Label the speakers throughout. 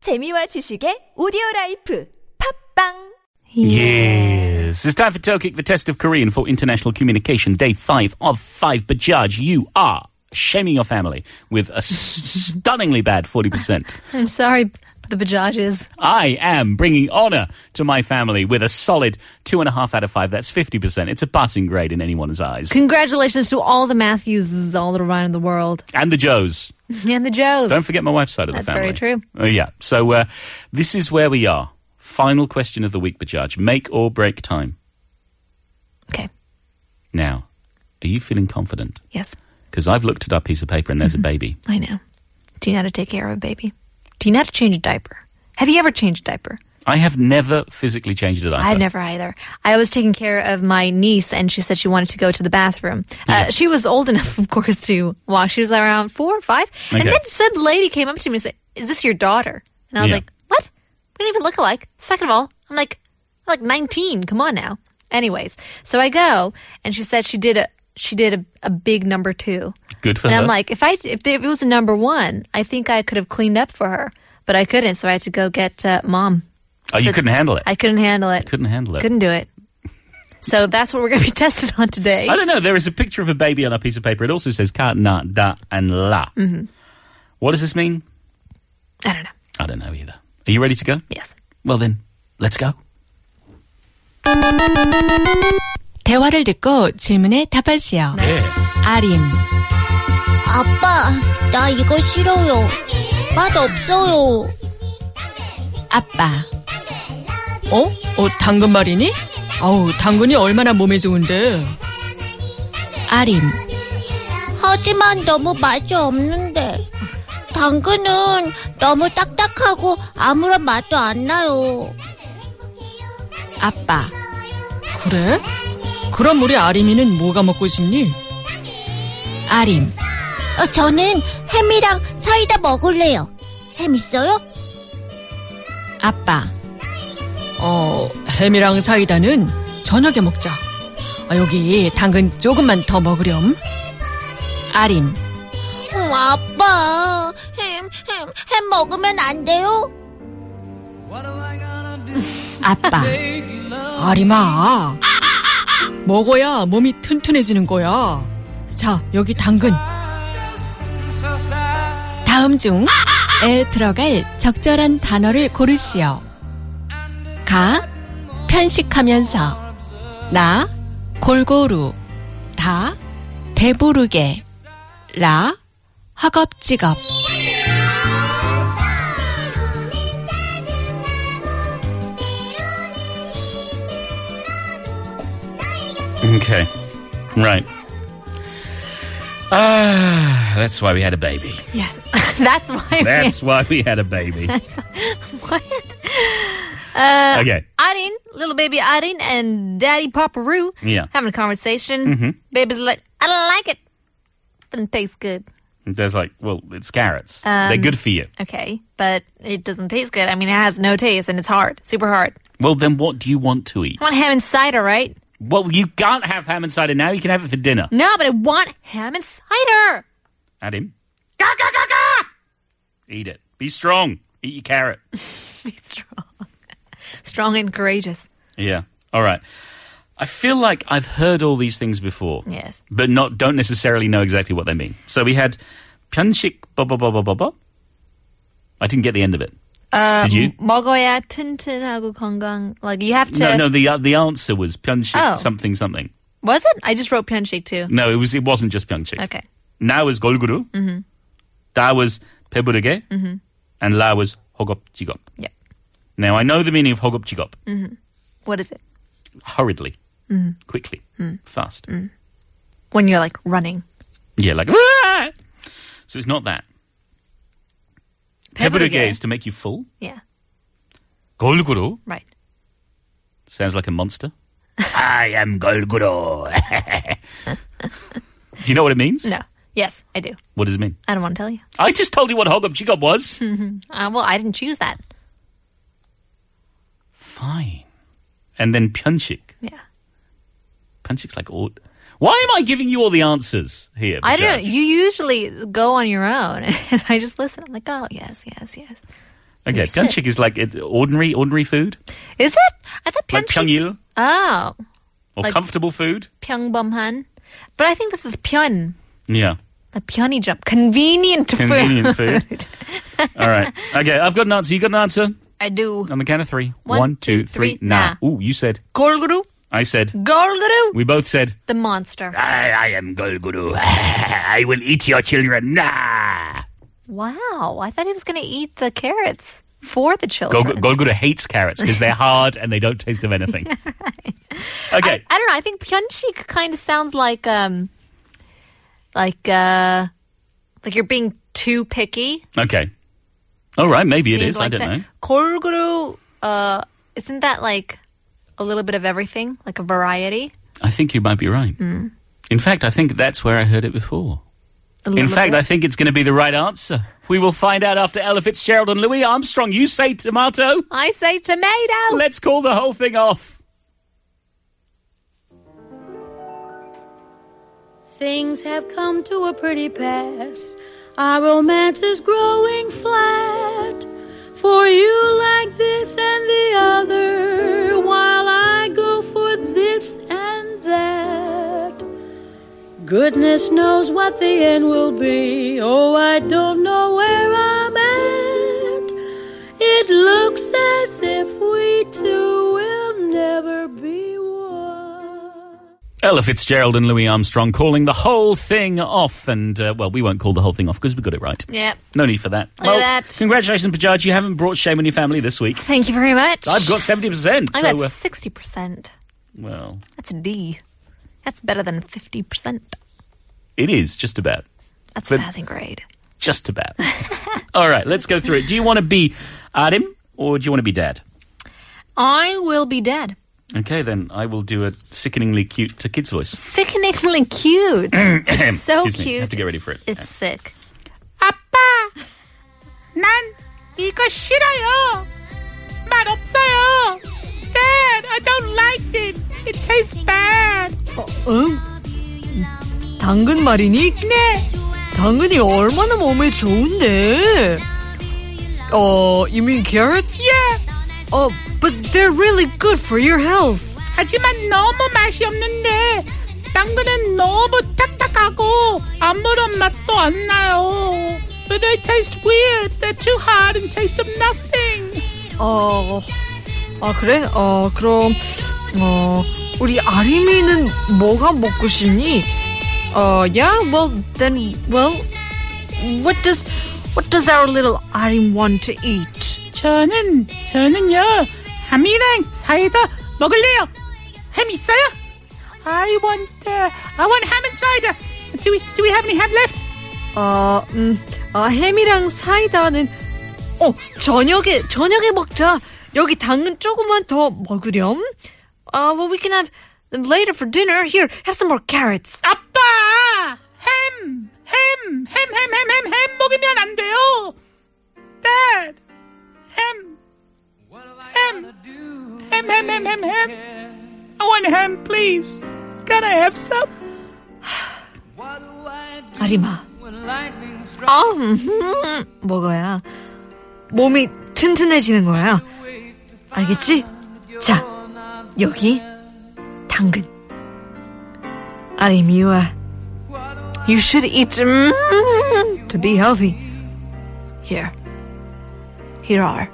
Speaker 1: 재미와 지식의 오디오 라이프 팝빵
Speaker 2: Yes. It's time for Tokik, the test of Korean for international communication, day five of five. But Judge, you are shaming your family with a stunningly bad 40%.
Speaker 3: I'm sorry, the Bajajas.
Speaker 2: I am bringing honor to my family with a solid two and a half out of five. That's 50%. It's a passing grade in anyone's eyes.
Speaker 3: Congratulations to all the Matthewses all around the world
Speaker 2: And the Joes.
Speaker 3: and the Joes.
Speaker 2: Don't forget my wife's side of the
Speaker 3: That's
Speaker 2: family.
Speaker 3: very true.
Speaker 2: Uh, yeah. So uh, this is where we are. Final question of the week, but Judge, make or break time.
Speaker 3: okay.
Speaker 2: Now, are you feeling confident?
Speaker 3: Yes,
Speaker 2: Because I've looked at our piece of paper and there's a baby.
Speaker 3: I know. Do you know how to take care of a baby? Do you know how to change a diaper? Have you ever changed a diaper?
Speaker 2: I have never physically changed a diaper.
Speaker 3: I've never either. I was taking care of my niece, and she said she wanted to go to the bathroom. Uh, she was old enough, of course, to walk. She was around four or five.
Speaker 2: Okay.
Speaker 3: And then some lady came up to me and said, Is this your daughter? And I was
Speaker 2: Yeah.
Speaker 3: like, What? We don't even look alike. Second of all, I'm like, I'm like 19. Come on now. Anyways, so I go, and she said she did a she did a, a big number two.
Speaker 2: Good for
Speaker 3: And
Speaker 2: her.
Speaker 3: I'm like, if I if, there, if it was a number one, I think I could have cleaned up for her, but I couldn't, so I had to go get uh, mom.
Speaker 2: oh, you couldn't handle it.
Speaker 3: I couldn't handle it.
Speaker 2: couldn't handle it.
Speaker 3: Couldn't do it. So that's what we're going to be tested on today.
Speaker 2: I don't know. There is a picture of a baby on our piece of paper. It also says ka, na, da, and la.
Speaker 3: Mm-hmm.
Speaker 2: What does this mean?
Speaker 3: I don't know.
Speaker 2: I don't know either. Are you ready to go?
Speaker 3: Yes.
Speaker 2: Well, then, let's go.
Speaker 4: 대화를 듣고 질문에 답하시오. 아림,
Speaker 5: 아빠, 나 이거 싫어요. 맛없어요.
Speaker 4: 아빠. 어? 어, 당근 말이니? 아우, 당근이 얼마나 몸에 좋은데. 아림,
Speaker 5: 하지만 너무 맛이 없는데. 당근은 너무 딱딱하고 아무런 맛도 안 나요. 어,
Speaker 4: 아빠. 그래? 그럼 우리 아림이는 뭐가 먹고 싶니? 아림,
Speaker 5: 어, 저는 햄이랑 사이다 먹을래요. 햄 있어요?
Speaker 4: 아빠. 어, 햄이랑 사이다는 저녁에 먹자. 아, 여기 당근 조금만 더 먹으렴. 아림,
Speaker 5: 음, 아빠, 햄, 햄, 햄 먹으면 안 돼요?
Speaker 4: 아빠. 아리마. 먹어야 몸이 튼튼해지는 거야. 자, 여기 당근. 다음 중에 들어갈 적절한 단어를 고르시오. 가, 편식하면서. 나, 골고루. 다, 배부르게. 라, 허겁지겁.
Speaker 2: Okay. Right. Ah, that's why we had a baby.
Speaker 3: Yes. that's why.
Speaker 2: That's why we had a baby.
Speaker 3: we- What?
Speaker 2: okay.
Speaker 3: Arin, little baby Arin, and Daddy Papa Roo
Speaker 2: Yeah. Mm-hmm.
Speaker 3: having a conversation. Baby's like, I don't like it. Doesn't taste good.
Speaker 2: There's like, well, it's carrots.
Speaker 3: Um,
Speaker 2: They're good for you.
Speaker 3: Okay, but it doesn't taste good. I mean, it has no taste, and it's hard, super hard.
Speaker 2: Well, then what do you want to eat?
Speaker 3: I want ham and cider, right?
Speaker 2: Well, you can't have ham and cider now. You can have it for dinner.
Speaker 3: No, but I want ham and cider.
Speaker 2: At him. Ga, ga, ga, ga! Eat it. Be strong. Eat your carrot.
Speaker 3: Be strong, strong and courageous.
Speaker 2: yeah. All right. I feel like I've heard all these things before.
Speaker 3: Yes.
Speaker 2: But not don't necessarily know exactly what they mean. So we had 편식 blah blah blah blah blah blah. I didn't get the end of it. Uh,
Speaker 3: Um,
Speaker 2: Did you?
Speaker 3: 먹어야 튼튼하고 건강. Like you have to.
Speaker 2: No, no. The uh, the answer was 편식
Speaker 3: Oh.
Speaker 2: something something.
Speaker 3: Was it? I just wrote 편식 too.
Speaker 2: No, it was it wasn't just 편식.
Speaker 3: Okay.
Speaker 2: Now is 골고루. Mm-hmm. Da was 배부르게. Mm-hmm. And la was 허겁지겁.
Speaker 3: Yep.
Speaker 2: Now I know the meaning of 허겁지겁.
Speaker 3: What is it?
Speaker 2: hurriedly,
Speaker 3: Mm.
Speaker 2: quickly, fast.
Speaker 3: When you're like running.
Speaker 2: Yeah, like "Ah!" so. It's not that. Peburuge is to make you full.
Speaker 3: Yeah.
Speaker 2: Golguru
Speaker 3: Right.
Speaker 2: sounds like a monster. I am Golguru. Do you know what it means?
Speaker 3: No. Yes, I do.
Speaker 2: What does it mean?
Speaker 3: I don't want to tell you.
Speaker 2: I just told you what hogobjigob was.
Speaker 3: Uh, well, I didn't choose that.
Speaker 2: Fine. And then pyonchik.
Speaker 3: Yeah.
Speaker 2: Pyonchik's like all. Why am I giving you all the answers here?
Speaker 3: I don't know.
Speaker 2: Vijay?
Speaker 3: You usually go on your own, and I just listen. I'm like, oh yes, yes, yes.
Speaker 2: Okay, pyeonchik is like it, ordinary, ordinary food,
Speaker 3: Is it? I thought
Speaker 2: like
Speaker 3: Pyeonchik-
Speaker 2: pyeongil
Speaker 3: Oh,
Speaker 2: or
Speaker 3: Like-
Speaker 2: comfortable food.
Speaker 3: Pyeongbomhan. But I think this is Pyeon.
Speaker 2: Yeah,
Speaker 3: Like Pyeon이 jump. Convenient food.
Speaker 2: convenient food. All right. Okay, I've got an answer. You got an answer
Speaker 3: I do.
Speaker 2: on the count of three.
Speaker 3: One,
Speaker 2: One, two,
Speaker 3: two,
Speaker 2: three.
Speaker 3: three,
Speaker 2: Nah. Ooh, you said.
Speaker 3: Golguru.
Speaker 2: I said.
Speaker 3: Golguru.
Speaker 2: We both said.
Speaker 3: The monster.
Speaker 2: I, I am Golguru. I will eat your children. Nah.
Speaker 3: Wow. I thought he was going to eat the carrots for the children.
Speaker 2: Gol- Golguru hates carrots because they're hard and they don't taste of anything. Okay.
Speaker 3: I don't know. I think Pyeonchik kind of sounds like um, like uh, like you're being too picky.
Speaker 2: okay. All right. Maybe it
Speaker 3: Seems
Speaker 2: is.
Speaker 3: Like
Speaker 2: I don't
Speaker 3: that.
Speaker 2: know.
Speaker 3: Golguru, uh, isn't that like a little bit of everything, like a variety?
Speaker 2: I think you might be right.
Speaker 3: Hmm.
Speaker 2: In fact, I think that's where I heard it before.
Speaker 3: A
Speaker 2: In
Speaker 3: little
Speaker 2: fact,
Speaker 3: bit?
Speaker 2: I think it's going to be the right answer. We will find out after Ella Fitzgerald and Louis Armstrong. You say tomato.
Speaker 3: I say tomato.
Speaker 2: Let's call the whole thing off.
Speaker 6: Things have come to a pretty pass. Our romance is growing flat. For you, like this and the other, while I go for this and that. Goodness knows what the end will be. Oh, I don't know where I'm at. It looks as if we two will never be one.
Speaker 2: Ella Fitzgerald and Louis Armstrong calling the whole thing off. And, uh, well, we won't call the whole thing off because we got it right.
Speaker 3: Yeah.
Speaker 2: No need for that.
Speaker 3: Look at
Speaker 2: well,
Speaker 3: that.
Speaker 2: congratulations, Bajaj. You haven't brought shame on your family this week.
Speaker 3: Thank you very much.
Speaker 2: I've got 70%.
Speaker 3: I
Speaker 2: so,
Speaker 3: got
Speaker 2: uh,
Speaker 3: sixty percent.
Speaker 2: well,
Speaker 3: That's a D. That's better than fifty percent.
Speaker 2: it is just about.
Speaker 3: That's
Speaker 2: But-
Speaker 3: a passing grade.
Speaker 2: Just about. All right, let's go through it. Do you want to be Adam or do you want to be Dad?
Speaker 3: I will be dead.
Speaker 2: Okay, then I will do a sickeningly cute to kids voice.
Speaker 3: Sickeningly cute. It's so
Speaker 2: Excuse me, I
Speaker 3: cute.
Speaker 2: have to get ready for it.
Speaker 3: It's sick.
Speaker 5: 이거 싫어요. 맛 없어요. Dad, I don't like it. It tastes bad.
Speaker 4: 응? 당근 말이니? 네. 당근이 얼마나 몸에 좋은데? 어, you mean carrots? Yeah. Oh, but they're really good for your health.
Speaker 5: 하지만 너무 맛이 없는데 당근은 너무 딱딱하고 아무런 맛도 안 나요. But they taste weird. They're too hard and taste of nothing.
Speaker 4: 어, 아 그래? 어, 그럼 어, 우리 아림이는 뭐가 먹고 싶니? 어, yeah, well then, well, what does what does our little Arim want to eat?
Speaker 5: 저는 저는요 햄이랑 사이다 먹을래요. 햄 있어요? I want uh, I want ham and cider. Do we do we have any ham left?
Speaker 4: 어, 음, 아, 햄이랑 사이다는 어 저녁에 저녁에 먹자. 여기 당근 조금만 더 먹으렴. 아, well we can have them later for dinner. Here, have some more carrots.
Speaker 5: 아빠 햄! 햄! 햄! 햄! 햄! 햄! 햄 먹으면 안 돼요. Dad 햄! 햄! 햄! 햄! 햄! 햄! 햄! I want ham, please. Can I have some?
Speaker 4: 아리마. 아, 음, 먹어야 몸이 튼튼해지는 거야. 알겠지? 자, 여기 당근. 아림, you are. You should eat 음, to be healthy. Here. Here are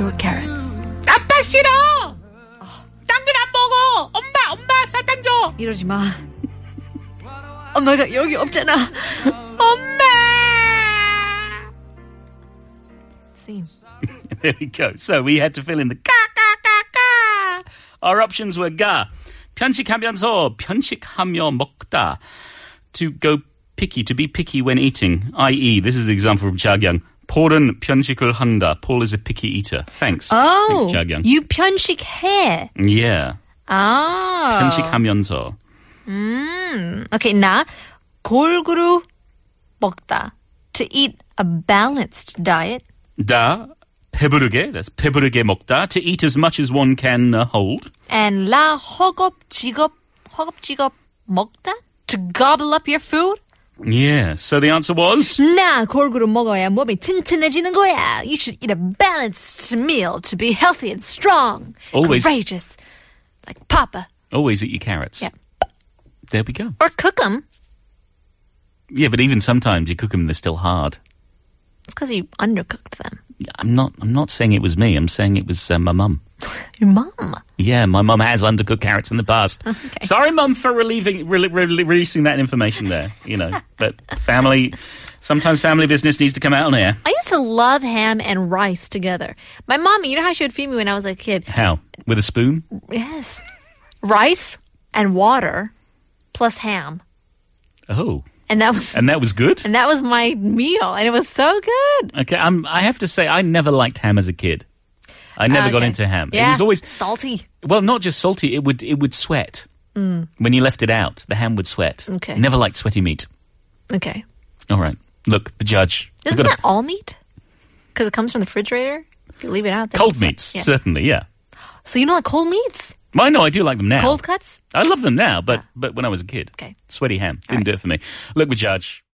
Speaker 4: your carrots.
Speaker 5: 아빠 싫어. 당근 안 먹어. 엄마 엄마 사탕 줘.
Speaker 4: 이러지 마. 엄마가 여기 없잖아.
Speaker 5: 엄마.
Speaker 3: Scene.
Speaker 2: There we go. So we had to fill in the ka ka ka ka. Our options were ga, 편식하면서 편식하며 먹다, to go picky, to be picky when eating. I.e., this is the example from Chagyang. Paul은 편식을 한다. Paul is a picky eater. Thanks.
Speaker 3: Oh,
Speaker 2: Thanks, Chagyang.
Speaker 3: you Pyeonchik hair.
Speaker 2: Yeah.
Speaker 4: 아.
Speaker 3: Oh.
Speaker 2: 편식하면서.
Speaker 3: Okay, 나 골고루 먹다. To eat a balanced diet.
Speaker 2: Da, 배부르게. That's 배부르게 먹다. To eat as much as one can uh, hold.
Speaker 3: And 라 허겁지겁 허겁지겁 먹다. To gobble up your food.
Speaker 2: Yeah, so the answer was
Speaker 3: 나 골고루 먹어야 몸이 튼튼해지는 거야. You should eat a balanced meal to be healthy and strong.
Speaker 2: Always.
Speaker 3: Courageous. Like Papa.
Speaker 2: always eat your carrots.
Speaker 3: Yeah.
Speaker 2: There we go.
Speaker 3: Or cook them.
Speaker 2: Yeah, but even sometimes you cook them, they're still hard.
Speaker 3: It's because you undercooked them.
Speaker 2: I'm not. I'm not saying it was me. I'm saying it was uh, my mum.
Speaker 3: Your mom.
Speaker 2: Yeah, my mum has undercooked carrots in the past. Sorry, mum, for relieving, re- re- releasing that information there. You know, but family. Sometimes family business needs to come out on air.
Speaker 3: I used to love ham and rice together. My mommy, you know how she would feed me when I was a kid?
Speaker 2: How? With a spoon?
Speaker 3: Yes. rice and water plus ham.
Speaker 2: Oh,
Speaker 3: And that was
Speaker 2: and that was good.
Speaker 3: and that was my meal and it was so good.
Speaker 2: Okay, I'm, I have to say I never liked ham as a kid. I never got
Speaker 3: Ah, Okay.
Speaker 2: into ham.
Speaker 3: Yeah.
Speaker 2: It was always
Speaker 3: salty.
Speaker 2: well, not just salty. It would it would sweat when you left it out. The ham would sweat.
Speaker 3: Mm. Okay.
Speaker 2: Never liked sweaty meat.
Speaker 3: Okay.
Speaker 2: All right. Look, the judge. We've
Speaker 3: Isn't
Speaker 2: got a-
Speaker 3: that all meat? Because it comes from the refrigerator. If you leave it out, then
Speaker 2: cold
Speaker 3: it's not-
Speaker 2: meats?
Speaker 3: Yeah.
Speaker 2: Certainly, yeah.
Speaker 3: So you don't like cold meats?
Speaker 2: Well, I know I do like them now.
Speaker 3: Cold cuts?
Speaker 2: I love them now, but but when I was a kid,
Speaker 3: Okay.
Speaker 2: sweaty ham didn't do it for me. Look, we judge.